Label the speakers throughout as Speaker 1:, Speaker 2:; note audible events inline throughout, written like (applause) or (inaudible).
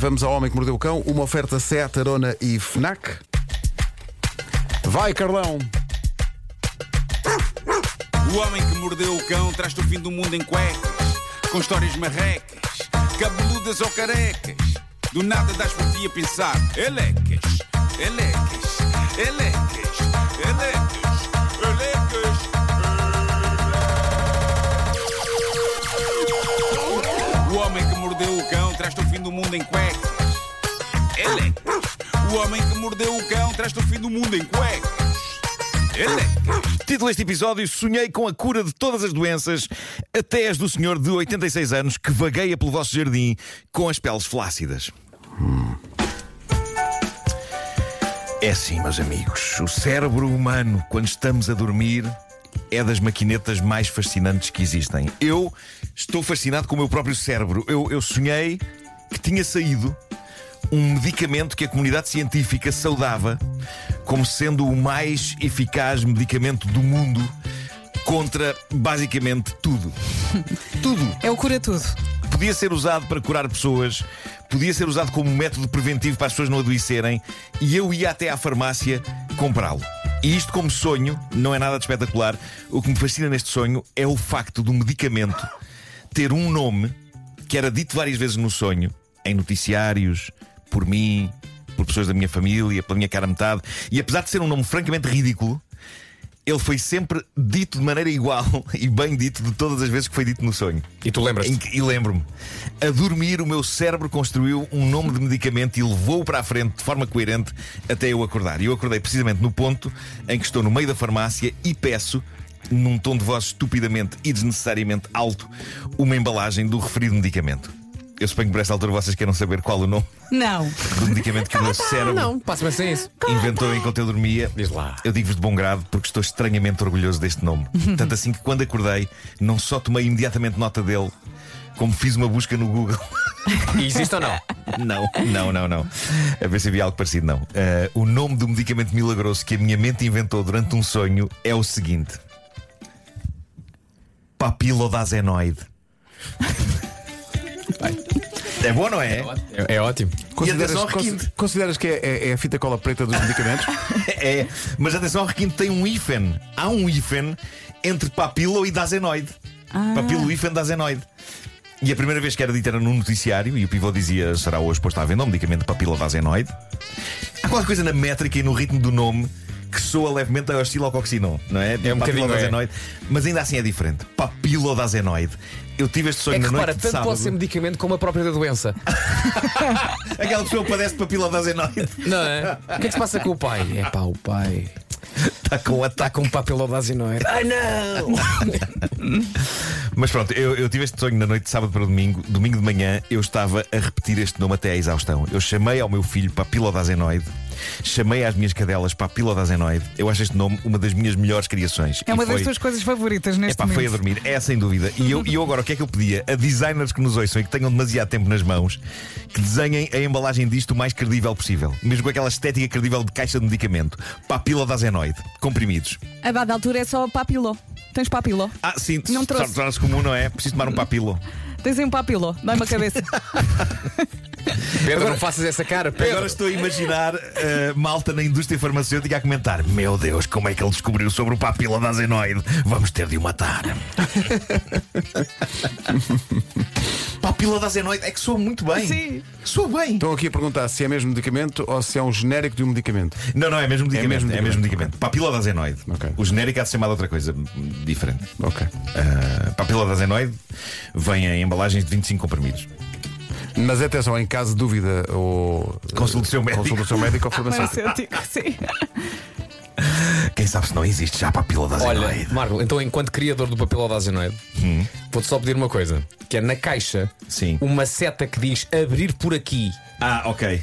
Speaker 1: Vamos ao Homem que Mordeu o Cão, uma oferta Seat, Arona e FNAC. Vai, Carlão!
Speaker 2: O homem que mordeu o cão traz-te o fim do mundo em cuecas, com histórias marrecas, cabeludas ou carecas. Do nada das por ti a pensar, elecas, elecas, elecas, elecas, elecas. O homem que mordeu o cão traz-te o fim do mundo em cuecas, elecas. O homem que mordeu o cão traz-te o fim do mundo em cuecas, elecas.
Speaker 3: Título deste episódio: Sonhei com a cura de todas as doenças, até as do senhor de 86 anos que vagueia pelo vosso jardim com as peles flácidas. É assim, meus amigos. O cérebro humano, quando estamos a dormir, é das maquinetas mais fascinantes que existem. Eu estou fascinado com o meu próprio cérebro. Eu, eu sonhei que tinha saído um medicamento que a comunidade científica saudava como sendo o mais eficaz medicamento do mundo contra basicamente tudo. tudo
Speaker 4: É o cura tudo.
Speaker 3: podia ser usado para curar pessoas, podia ser usado como método preventivo para as pessoas não adoecerem, e eu ia até à farmácia comprá-lo. E isto, como sonho, não é nada de espetacular. O que me fascina neste sonho é o facto do medicamento ter um nome que era dito várias vezes no sonho, em noticiários, por mim, por pessoas da minha família, pela minha cara metade. E apesar de ser um nome francamente ridículo, ele foi sempre dito de maneira igual (laughs) e bem dito de todas as vezes que foi dito no sonho.
Speaker 5: E tu lembras-te?
Speaker 3: Em que- E lembro-me. A dormir, o meu cérebro construiu um nome de medicamento e levou-o para a frente de forma coerente até eu acordar. E eu acordei precisamente no ponto em que estou no meio da farmácia e peço, num tom de voz estupidamente e desnecessariamente alto, uma embalagem do referido medicamento. Eu suponho que por esta altura vocês queiram saber qual o nome
Speaker 4: Não.
Speaker 3: do medicamento que o meu
Speaker 4: Tá, Ah,
Speaker 3: cérebro
Speaker 5: Não, passa-me sem isso.
Speaker 3: inventou enquanto eu dormia.
Speaker 5: Diz lá.
Speaker 3: Eu digo-vos de bom grado porque estou estranhamente orgulhoso deste
Speaker 5: (laughs)
Speaker 3: nome. Tanto assim que quando acordei, não só tomei imediatamente nota dele, como fiz uma busca no Google.
Speaker 5: E existe ou não?
Speaker 3: (laughs) Não, não, não, não. A ver se havia algo parecido, não. Eh, o nome do medicamento milagroso que a minha mente inventou durante um sonho é o seguinte: Papilodazenoide.
Speaker 5: (laughs)
Speaker 3: É bom, não é?
Speaker 5: É, é ótimo.
Speaker 3: atenção ao
Speaker 1: cons-
Speaker 3: requinte.
Speaker 1: consideras que é, é- é a fita cola preta dos medicamentos?
Speaker 3: É, mas atenção ao requinte, tem um hífen. Há um hífen entre papilo e dazenoide.
Speaker 5: Ah.
Speaker 3: Papilo, hífen, dazenoide. E a primeira vez que era dita era num noticiário e o pivô dizia será hoje posto à venda um medicamento papila dazenoide. Há qualquer coisa na métrica e no ritmo do nome que soa levemente a oscilocoxinon, não é?
Speaker 5: É um bocadinho,
Speaker 3: Papilodazenoide. mas ainda assim é diferente. Papilodazenoide. Eu tive este sonho
Speaker 5: É que
Speaker 3: na noite
Speaker 5: repara,
Speaker 3: de
Speaker 5: tanto
Speaker 3: sábado.
Speaker 5: pode ser medicamento como a própria da doença.
Speaker 3: Aquela pessoa padece papilodazenoide.
Speaker 5: Não é? O que é que se passa com o pai? É pá, o pai.
Speaker 3: Está com um
Speaker 5: Está
Speaker 3: ataque.
Speaker 5: com um papilodazinoide.
Speaker 3: Ai não! Mas pronto, eu, eu tive este sonho na noite de sábado para domingo. Domingo de manhã eu estava a repetir este nome até à exaustão. Eu chamei ao meu filho papilodazenoide, chamei às minhas cadelas papilodazenoide. Eu acho este nome uma das minhas melhores criações.
Speaker 4: É uma
Speaker 3: E
Speaker 4: das
Speaker 3: foi-
Speaker 4: tuas coisas favoritas neste
Speaker 3: Epá, foi a
Speaker 4: momento.
Speaker 3: dormir, é sem dúvida. E eu, e eu agora, o que é que eu pedia? A designers que nos ouçam e que tenham demasiado tempo nas mãos, que desenhem a embalagem disto o mais credível possível. Mesmo com aquela estética credível de caixa de medicamento. Papila da Zenoide, comprimidos.
Speaker 4: A dada altura é só papiló. Tens papiló.
Speaker 3: Ah, sim,
Speaker 4: Não
Speaker 3: só-
Speaker 4: trouxe.
Speaker 3: torna-se comum, não é? Preciso tomar um papilo.
Speaker 4: Tens aí um papiló. Dá-me
Speaker 3: (laughs)
Speaker 4: a cabeça.
Speaker 5: Pedro, não faças essa cara, Pedro.
Speaker 3: Agora estou a imaginar eh, malta na indústria farmacêutica a comentar: Meu Deus, como é que ele descobriu sobre o papila da Zenoide? Vamos ter de o matar. (laughs) papila da Zenoide é que soa muito bem.
Speaker 4: Sim.
Speaker 3: Soa bem.
Speaker 1: Estão aqui a perguntar se é mesmo medicamento ou se é um genérico de um medicamento.
Speaker 3: Não, não, é mesmo medicamento.
Speaker 1: mesmo
Speaker 3: É mesmo medicamento. Papila da Zenoide.
Speaker 1: Ok.
Speaker 3: O genérico há de ser chamado outra coisa hum, diferente.
Speaker 1: Ok.
Speaker 3: Eh, papila da Zenoide vem em embalagens de 25 comprimidos.
Speaker 1: Mas atenção, em caso de dúvida ou.
Speaker 3: Consulte o seu médico.
Speaker 1: Consulte o seu médico ou farmacêutico.
Speaker 4: Farmacêutico, sim.
Speaker 3: Quem sabe se não existe já papila da
Speaker 5: Olha,
Speaker 3: Zenoide.
Speaker 5: Marco, então enquanto criador do papilodazinoide, vou-te só pedir uma coisa: que é na caixa
Speaker 3: Hum. Sim.
Speaker 5: uma seta que diz abrir por aqui,
Speaker 3: Ah, ok.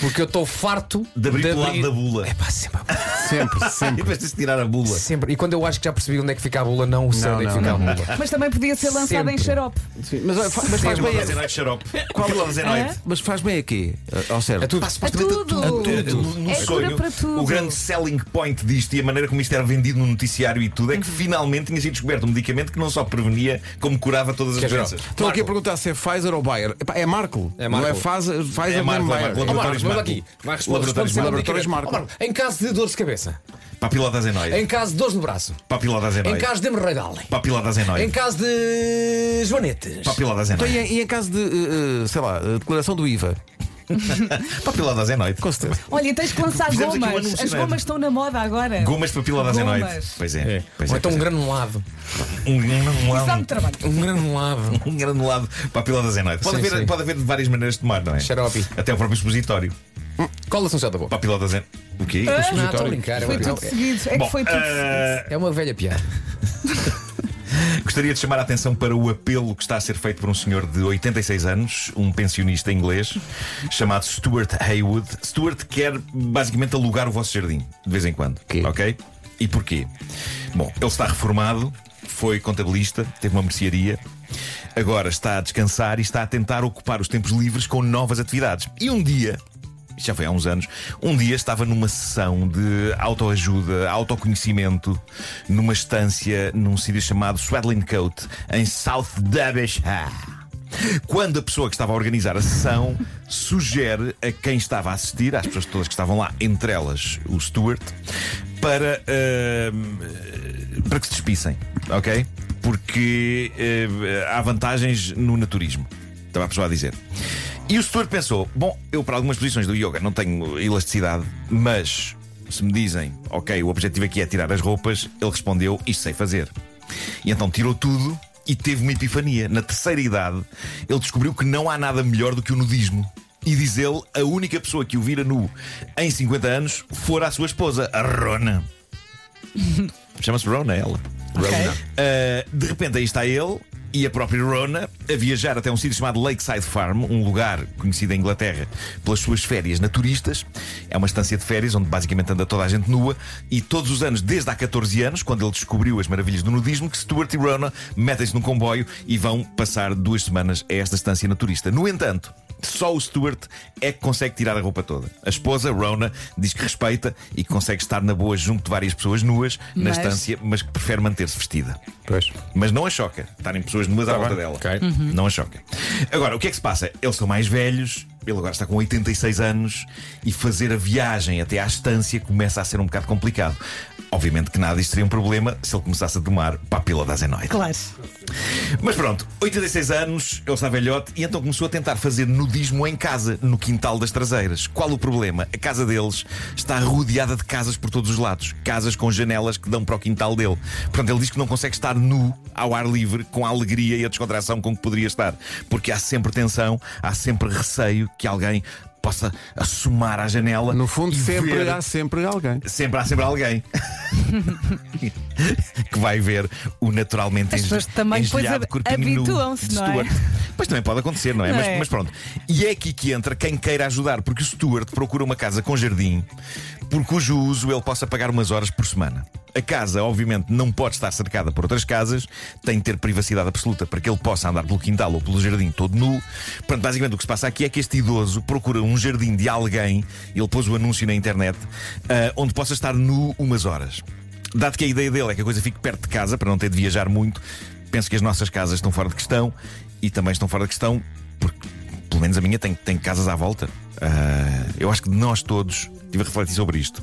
Speaker 5: porque eu estou farto
Speaker 3: De abrir pelo
Speaker 5: abrir-
Speaker 3: lado da bula.
Speaker 5: É pá, sempre a bula.
Speaker 1: Sempre,
Speaker 3: E
Speaker 1: sempre.
Speaker 3: depois de se tirar a bula.
Speaker 5: Sempre. E quando eu acho que já percebi onde é que fica a bula, não o sei
Speaker 1: Não,
Speaker 5: onde é que
Speaker 1: não,
Speaker 5: fica a
Speaker 1: não.
Speaker 5: bula.
Speaker 4: Mas também podia ser lançado
Speaker 5: Sempre.
Speaker 4: em xarope.
Speaker 1: Sim, é Mas, olha, fa- mas
Speaker 3: Faz
Speaker 1: faz bem,
Speaker 3: fazer noite xarope. Qual é fazer
Speaker 4: É?
Speaker 3: noite?
Speaker 1: mas faz bem aqui, ao
Speaker 5: É
Speaker 1: cérebro.
Speaker 5: tudo.
Speaker 4: A tudo.
Speaker 3: No
Speaker 4: É cura
Speaker 3: Um sonho,
Speaker 4: para tudo.
Speaker 3: o grande selling point disto e a maneira como isto era vendido no noticiário e tudo é
Speaker 4: Uhum.
Speaker 3: que finalmente tinha sido descoberto um medicamento que não só prevenia, como curava todas as
Speaker 5: Quer dizer,
Speaker 3: doenças.
Speaker 1: Estão aqui a perguntar se é Pfizer ou Bayer. Epá, É Marco.
Speaker 5: É
Speaker 1: Não
Speaker 5: Marco.
Speaker 1: é Pfizer, Pfizer
Speaker 3: É Marco,
Speaker 1: nem
Speaker 3: é
Speaker 1: Bayer.
Speaker 3: Marco. Laboratórios
Speaker 5: Ó, Marcos, vamos
Speaker 3: Marco.
Speaker 5: aqui. Vai responder.
Speaker 3: Laboratórios
Speaker 5: responde-se ao
Speaker 1: Marco. Laboratórios
Speaker 5: medicamento. Ó, Marco, Em caso de dores de cabeça,
Speaker 3: Papilotas
Speaker 5: em
Speaker 3: enoides.
Speaker 5: caso de dores no braço,
Speaker 3: Papilotas
Speaker 5: em
Speaker 3: enoides.
Speaker 5: caso de hemorroidal,
Speaker 3: Papilotas
Speaker 5: em
Speaker 3: enoides.
Speaker 5: caso de joanetes.
Speaker 3: Papilotas
Speaker 1: Então, e,
Speaker 3: enoides.
Speaker 1: em- e em caso de, eh, eh, sei lá, eh, declaração do IVA?
Speaker 3: Papilotas enoides.
Speaker 1: Com certeza.
Speaker 4: Olha, e tens que lançar
Speaker 3: Fizemos aqui um
Speaker 4: gomas.
Speaker 3: anúncio,
Speaker 4: As
Speaker 3: não é?
Speaker 4: gomas estão na moda agora.
Speaker 3: Gomas de papilotas
Speaker 4: Gomas.
Speaker 3: enoides. Pois é. Pois
Speaker 5: Ou
Speaker 3: é.
Speaker 5: então
Speaker 3: pois
Speaker 5: um
Speaker 3: é.
Speaker 5: granulado.
Speaker 3: Um
Speaker 4: Isso dá
Speaker 3: granulado.
Speaker 4: muito trabalho.
Speaker 5: Um granulado.
Speaker 3: (laughs) Um granulado papilotas enoides. Pode,
Speaker 5: Sim,
Speaker 3: haver,
Speaker 5: sim.
Speaker 3: pode haver várias maneiras de tomar, não é?
Speaker 5: Xarope.
Speaker 3: Até o próprio expositório.
Speaker 5: Cola-se um céu da boca.
Speaker 3: Papilotas enoides. O quê?
Speaker 5: Não, estou a brincar. é
Speaker 4: Foi
Speaker 5: uma-
Speaker 4: tudo seguido. É
Speaker 3: Bom,
Speaker 4: que foi tudo seguido.
Speaker 3: eh,
Speaker 5: É uma velha piada.
Speaker 3: Gostaria de chamar a atenção para o apelo que está a ser feito por um senhor de 86 anos, um pensionista inglês, chamado Stuart Haywood. Stuart quer basicamente alugar o vosso jardim, de vez em quando.
Speaker 5: Ok.
Speaker 3: Ok? E porquê? Bom, ele está reformado, foi contabilista, teve uma mercearia. Agora está a descansar e está a tentar ocupar os tempos livres com novas atividades. E um dia, isto já foi há uns anos, um dia estava numa sessão de autoajuda, autoconhecimento, numa estância num sítio chamado Swadlin Coat, em South Derbyshire. Quando a pessoa que estava a organizar a sessão sugere a quem estava a assistir, às pessoas todas que estavam lá, entre elas o Stuart, para, ahm, para que se despissem, ok? Porque eh, há vantagens no naturismo, estava a pessoa a dizer. E o Stuart pensou: bom, eu para algumas posições do yoga não tenho elasticidade, mas se me dizem, ok, o objetivo aqui é tirar as roupas, ele respondeu: isto sei fazer. E então tirou tudo e teve uma epifania. Na terceira idade, ele descobriu que não há nada melhor do que o nudismo. E diz ele, a única pessoa que o vira nu em 50 anos fora a sua esposa, a Rona. Chama-se Rona ela.
Speaker 4: Ok.
Speaker 3: Uh, de repente aí está ele e a própria Rona a viajar até um sítio chamado Lakeside Farm, um lugar conhecido em Inglaterra pelas suas férias naturistas. É uma estância de férias onde basicamente anda toda a gente nua e todos os anos, desde há 14 anos, quando ele descobriu as maravilhas do nudismo, que Stuart e Rona metem-se num comboio e vão passar duas semanas a esta estância naturista. No entanto, só o Stuart é que consegue tirar a roupa toda. A esposa, Rona, diz que respeita e que consegue estar na boa junto de várias pessoas nuas na
Speaker 4: Mas-
Speaker 3: estância, mas que prefere manter-se vestida.
Speaker 5: Pois. Tá
Speaker 3: Mas não a choca estarem pessoas nuas à volta
Speaker 5: bem,
Speaker 3: dela. Uhum.
Speaker 5: ok.
Speaker 3: Não a choca. Agora, o que é que se passa? Eles são mais velhos, ele agora está com 86 anos e fazer a viagem até à estância começa a ser um bocado complicado. Obviamente que nada disto seria um problema se ele começasse a tomar papila das enoides.
Speaker 4: Claro.
Speaker 3: Mas pronto, 86 anos, ele está velhote e então começou a tentar fazer nudismo em casa, no quintal das traseiras. Qual o problema? A casa deles está rodeada de casas por todos os lados casas com janelas que dão para o quintal dele. Portanto, ele diz que não consegue estar nu ao ar livre com a alegria e a descontração com que poderia estar, porque há sempre tensão, há sempre receio que alguém possa assomar à janela.
Speaker 1: No fundo,
Speaker 3: e
Speaker 1: sempre
Speaker 3: ver
Speaker 1: há sempre alguém.
Speaker 3: sempre há sempre
Speaker 4: (laughs)
Speaker 3: alguém que vai ver o naturalmente
Speaker 4: As
Speaker 3: enge-
Speaker 4: pessoas também depois
Speaker 3: engelhado
Speaker 4: hab-
Speaker 3: corpinho nu
Speaker 4: habituam-se,
Speaker 3: de
Speaker 4: não é?
Speaker 3: Stuart. Pois também pode acontecer, não é?
Speaker 4: Não
Speaker 3: mas,
Speaker 4: é?
Speaker 3: mas pronto. E é aqui que entra quem queira ajudar, porque o Stuart procura uma casa com jardim por cujo uso ele possa pagar umas horas por semana. A casa, obviamente, não pode estar cercada por outras casas, tem de ter privacidade absoluta para que ele possa andar pelo quintal ou pelo jardim todo nu. Portanto, basicamente o que se passa aqui é que este idoso procura um jardim de alguém, ele pôs o anúncio na internet, ah, onde possa estar nu umas horas. Dado que a ideia dele é que a coisa fique perto de casa, para não ter de viajar muito, penso que as nossas casas estão fora de questão e também estão fora de questão porque pelo menos a minha tem, tem casas à volta. Ah, eu acho que de nós todos tive a refletir sobre isto.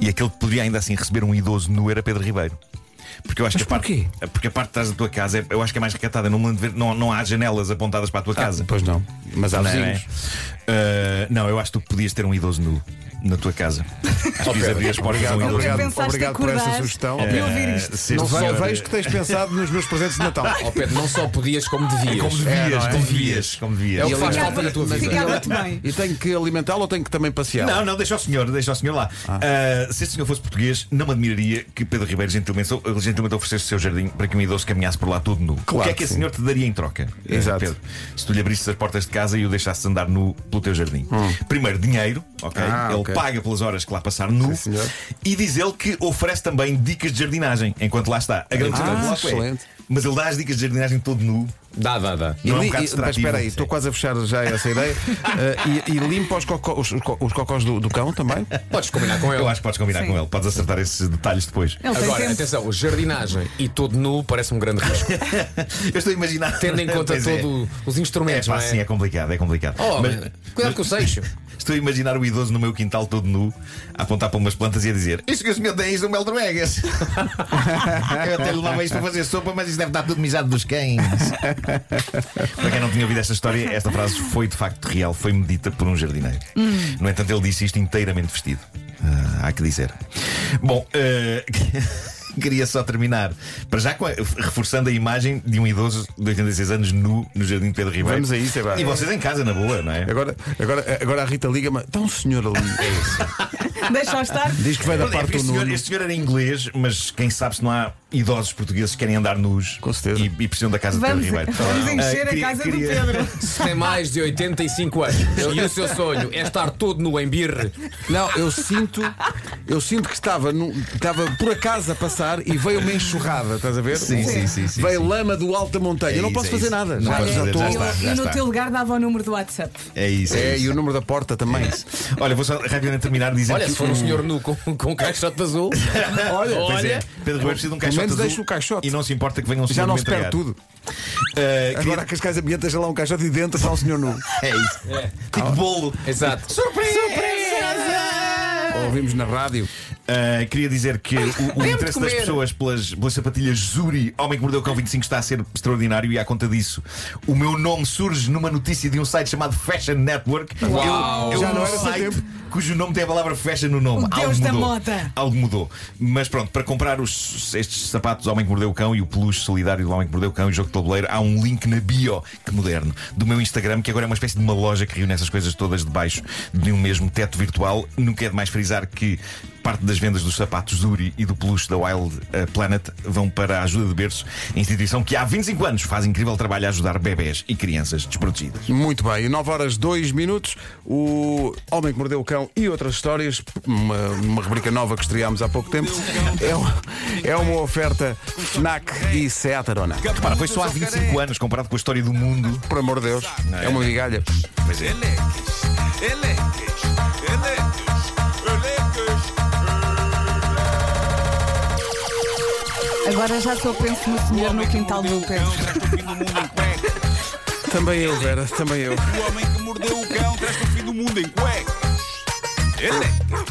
Speaker 3: E aquele que poderia ainda assim receber um idoso nu era Pedro Ribeiro. Porque eu acho que a parte, porque a parte de trás da tua casa é- eu acho que é mais recatada. Não, me lembro de ver- não, não há janelas apontadas para a tua casa.
Speaker 1: Ah, Pois não. Mas há
Speaker 3: Não,
Speaker 1: vizinhos.
Speaker 3: é? Ah, não, eu acho que tu podias ter um idoso nu na tua casa. Acho que abrir as portas a um idoso
Speaker 4: Nunca
Speaker 1: Obrigado,
Speaker 3: nu.
Speaker 4: pensaste
Speaker 1: obrigado por
Speaker 4: acordar
Speaker 1: essa sugestão.
Speaker 4: E ouvir isto.
Speaker 3: Ah, se
Speaker 1: Não
Speaker 3: este
Speaker 1: só
Speaker 3: senhor-
Speaker 1: vejo que tens pensado nos meus presentes de
Speaker 4: (laughs)
Speaker 1: Natal.
Speaker 5: Ó Pedro, não só podias, como devias.
Speaker 3: Como devias,
Speaker 1: não é?
Speaker 3: como devias, como devias.
Speaker 5: É o que
Speaker 1: E
Speaker 5: faz
Speaker 1: aliás-
Speaker 5: falta na tua vida.
Speaker 4: Ficava-te bem.
Speaker 1: E tenho que alimentá-lo ou tenho que também passeá-lo?
Speaker 3: Não, não, deixa o senhor, deixa o senhor lá. Ah, se este senhor fosse português, não me admiraria que Pedro Ribeiro gentilmente, gentilmente oferecesse o seu jardim para que um idoso caminhasse por lá todo nu.
Speaker 1: Claro
Speaker 3: o que é que
Speaker 1: que
Speaker 3: esse
Speaker 1: sim.
Speaker 3: senhor te daria em troca, eh,
Speaker 1: Exato.
Speaker 3: Pedro? Se tu lhe abrisses as portas de casa e o deixasses andar nu pelo teu jardim. Primeiro, dinheiro, ok?
Speaker 1: Hum. Ah,
Speaker 3: ele
Speaker 1: ok.
Speaker 3: paga pelas horas que lá passar nu.
Speaker 1: Sim, senhor.
Speaker 3: e diz ele que oferece também dicas de jardinagem enquanto lá está. A grande questão
Speaker 1: Ah,
Speaker 3: do bloco é,
Speaker 1: excelente.
Speaker 3: Mas ele dá as dicas de jardinagem todo nu.
Speaker 5: Dá, dá, dá.
Speaker 3: Não é um
Speaker 1: li- mas
Speaker 3: bocado distrativo?
Speaker 1: espera aí,
Speaker 3: Sim.
Speaker 1: estou quase a fechar já essa ideia.
Speaker 4: (laughs)
Speaker 1: Eh, e, e limpa os, cocó, os, os co- os cocós do, do cão também?
Speaker 5: Podes combinar com ele.
Speaker 3: Eu acho que podes combinar
Speaker 4: Sim.
Speaker 3: com ele, podes acertar esses detalhes depois.
Speaker 4: Ele tem
Speaker 5: Agora,
Speaker 4: tempo.
Speaker 5: atenção, jardinagem e todo nu parece um grande risco.
Speaker 3: Eu estou a imaginar.
Speaker 5: Tendo em conta
Speaker 3: Pois é.
Speaker 5: todos os
Speaker 3: É,
Speaker 5: instrumentos,
Speaker 3: pá,
Speaker 5: não é?
Speaker 3: sim, é complicado, é complicado.
Speaker 5: Oh,
Speaker 3: Mas-
Speaker 5: cuidado com o seixo.
Speaker 3: Estou a imaginar o idoso no meu quintal todo nu, a apontar para umas plantas e a dizer: Isto que o senhor tem, isto é
Speaker 1: (laughs)
Speaker 3: um meldroegas. Eu até levava isto para fazer sopa, mas isto deve estar tudo mijado dos cães. para quem não tinha ouvido esta história, esta frase foi de facto real, foi medita por um jardineiro. No entanto, ele disse isto inteiramente vestido. Ah, há que dizer. Bom, ah, (laughs) queria só terminar. Para já com a- reforçando a imagem de um idoso de 86 anos nu no Jardim Pedro Ribeiro.
Speaker 1: Vamos a isso, é verdade.
Speaker 3: E vocês em casa, na boa, não é?
Speaker 1: Agora, agora, agora a Rita liga-me. Está um senhor (laughs) ali.
Speaker 4: Deixa-o estar.
Speaker 1: Diz é que vai da
Speaker 3: Olha,
Speaker 1: parte
Speaker 3: este,
Speaker 1: do
Speaker 3: senhor,
Speaker 1: Nuno.
Speaker 3: este senhor era inglês, mas quem sabe se não há idosos portugueses que querem andar nus
Speaker 1: Com certeza.
Speaker 3: E, Então, e precisam da casa
Speaker 4: Vamos,
Speaker 3: de Pedro Ribeiro.
Speaker 4: (laughs) vamos encher
Speaker 3: Ah,
Speaker 4: a
Speaker 3: queria-
Speaker 4: casa
Speaker 3: queria-
Speaker 4: do Pedro.
Speaker 5: Se tem mais de 85 anos e o seu sonho é estar todo nu em birre,
Speaker 1: Não, eu sinto, eu sinto que estava, num- estava por acaso a passar e veio uma enxurrada, estás a ver? Um
Speaker 3: Sim, sim, sim, sim,
Speaker 1: veio
Speaker 3: sim.
Speaker 1: lama do alto da montanha.
Speaker 3: É
Speaker 1: eu não
Speaker 3: isso,
Speaker 1: posso
Speaker 3: é
Speaker 1: fazer
Speaker 3: isso.
Speaker 1: nada.
Speaker 3: Não
Speaker 1: já,
Speaker 3: podes
Speaker 1: já
Speaker 3: fazer,
Speaker 1: estou.
Speaker 3: já
Speaker 4: Eu-
Speaker 3: está, já
Speaker 4: e no
Speaker 3: está.
Speaker 4: teu lugar dava o número do WhatsApp.
Speaker 3: É isso.
Speaker 1: É,
Speaker 3: É,
Speaker 1: e
Speaker 3: isso.
Speaker 1: o número da porta
Speaker 3: É
Speaker 1: também.
Speaker 3: Olha, vou só rapidamente terminar dizendo
Speaker 5: olha,
Speaker 3: que
Speaker 5: se for um senhor nu com, com
Speaker 3: (laughs)
Speaker 5: caixote azul,
Speaker 1: Olha,
Speaker 3: Pois é, Pedro Ribeiro precisa de um caixote.
Speaker 1: menos
Speaker 3: azul
Speaker 1: deixa o caixote.
Speaker 3: E não se importa que venha um senhor
Speaker 1: já não
Speaker 3: me
Speaker 1: se perde
Speaker 3: entregar.
Speaker 1: tudo.
Speaker 3: Ah, queria-
Speaker 1: Agora a Cascais Ambiente deixa lá um caixote e dentro está um senhor nu.
Speaker 3: (laughs) É isso. Tipo bolo.
Speaker 5: exato.
Speaker 1: Ouvimos na rádio.
Speaker 3: Uh, queria dizer que o, o interesse das
Speaker 5: comer.
Speaker 3: pessoas pelas, pelas sapatilhas Zuri, Homem que Mordeu o Cão 25, está a ser extraordinário e à conta disso, o meu nome surge numa notícia de um site chamado Fashion Network.
Speaker 5: Uau.
Speaker 1: Já não
Speaker 3: um
Speaker 1: era
Speaker 3: site
Speaker 1: seu tempo.
Speaker 3: cujo nome tem a palavra fashion no nome.
Speaker 4: O
Speaker 3: Algo
Speaker 4: deus da
Speaker 3: mudou.
Speaker 4: moda.
Speaker 3: Algo mudou. Mas pronto, para comprar os- estes sapatos do Homem que Mordeu o Cão e o peluche solidário do Homem que Mordeu o Cão e o jogo de tabuleiro, há um link na bio, que moderno, do meu Instagram, que agora é uma espécie de uma loja que reúne essas coisas todas debaixo de um mesmo teto virtual. Nunca é demais frisar que parte das vendas dos sapatos Zuri e do peluche da Wild eh, Planet vão para a Ajuda de Berço, instituição que há 25 anos faz incrível trabalho a ajudar bebés e crianças desprotegidas.
Speaker 1: Muito bem, 9 horas 2 minutos. O Homem que Mordeu o Cão e outras histórias, uma, uma rubrica nova que estreámos há pouco tempo. É, um- é uma oferta Fnac e Seat Arona.
Speaker 3: Repara, foi só há 25 anos comparado com a história do mundo.
Speaker 1: Por amor de Deus, é uma migalha.
Speaker 3: Pois é.
Speaker 2: Eleques, eleques, eleques, eleques.
Speaker 4: Agora já só penso no
Speaker 2: O
Speaker 4: senhor
Speaker 2: homem
Speaker 4: no
Speaker 2: que
Speaker 4: quintal
Speaker 2: mordeu
Speaker 4: do
Speaker 2: o
Speaker 4: Pedro.
Speaker 2: cão traz-te o fim do mundo em cuecas.
Speaker 1: Também eu, Vera, também eu.
Speaker 2: O homem que mordeu o cão traz-te o fim do mundo em cuecas. Eleques.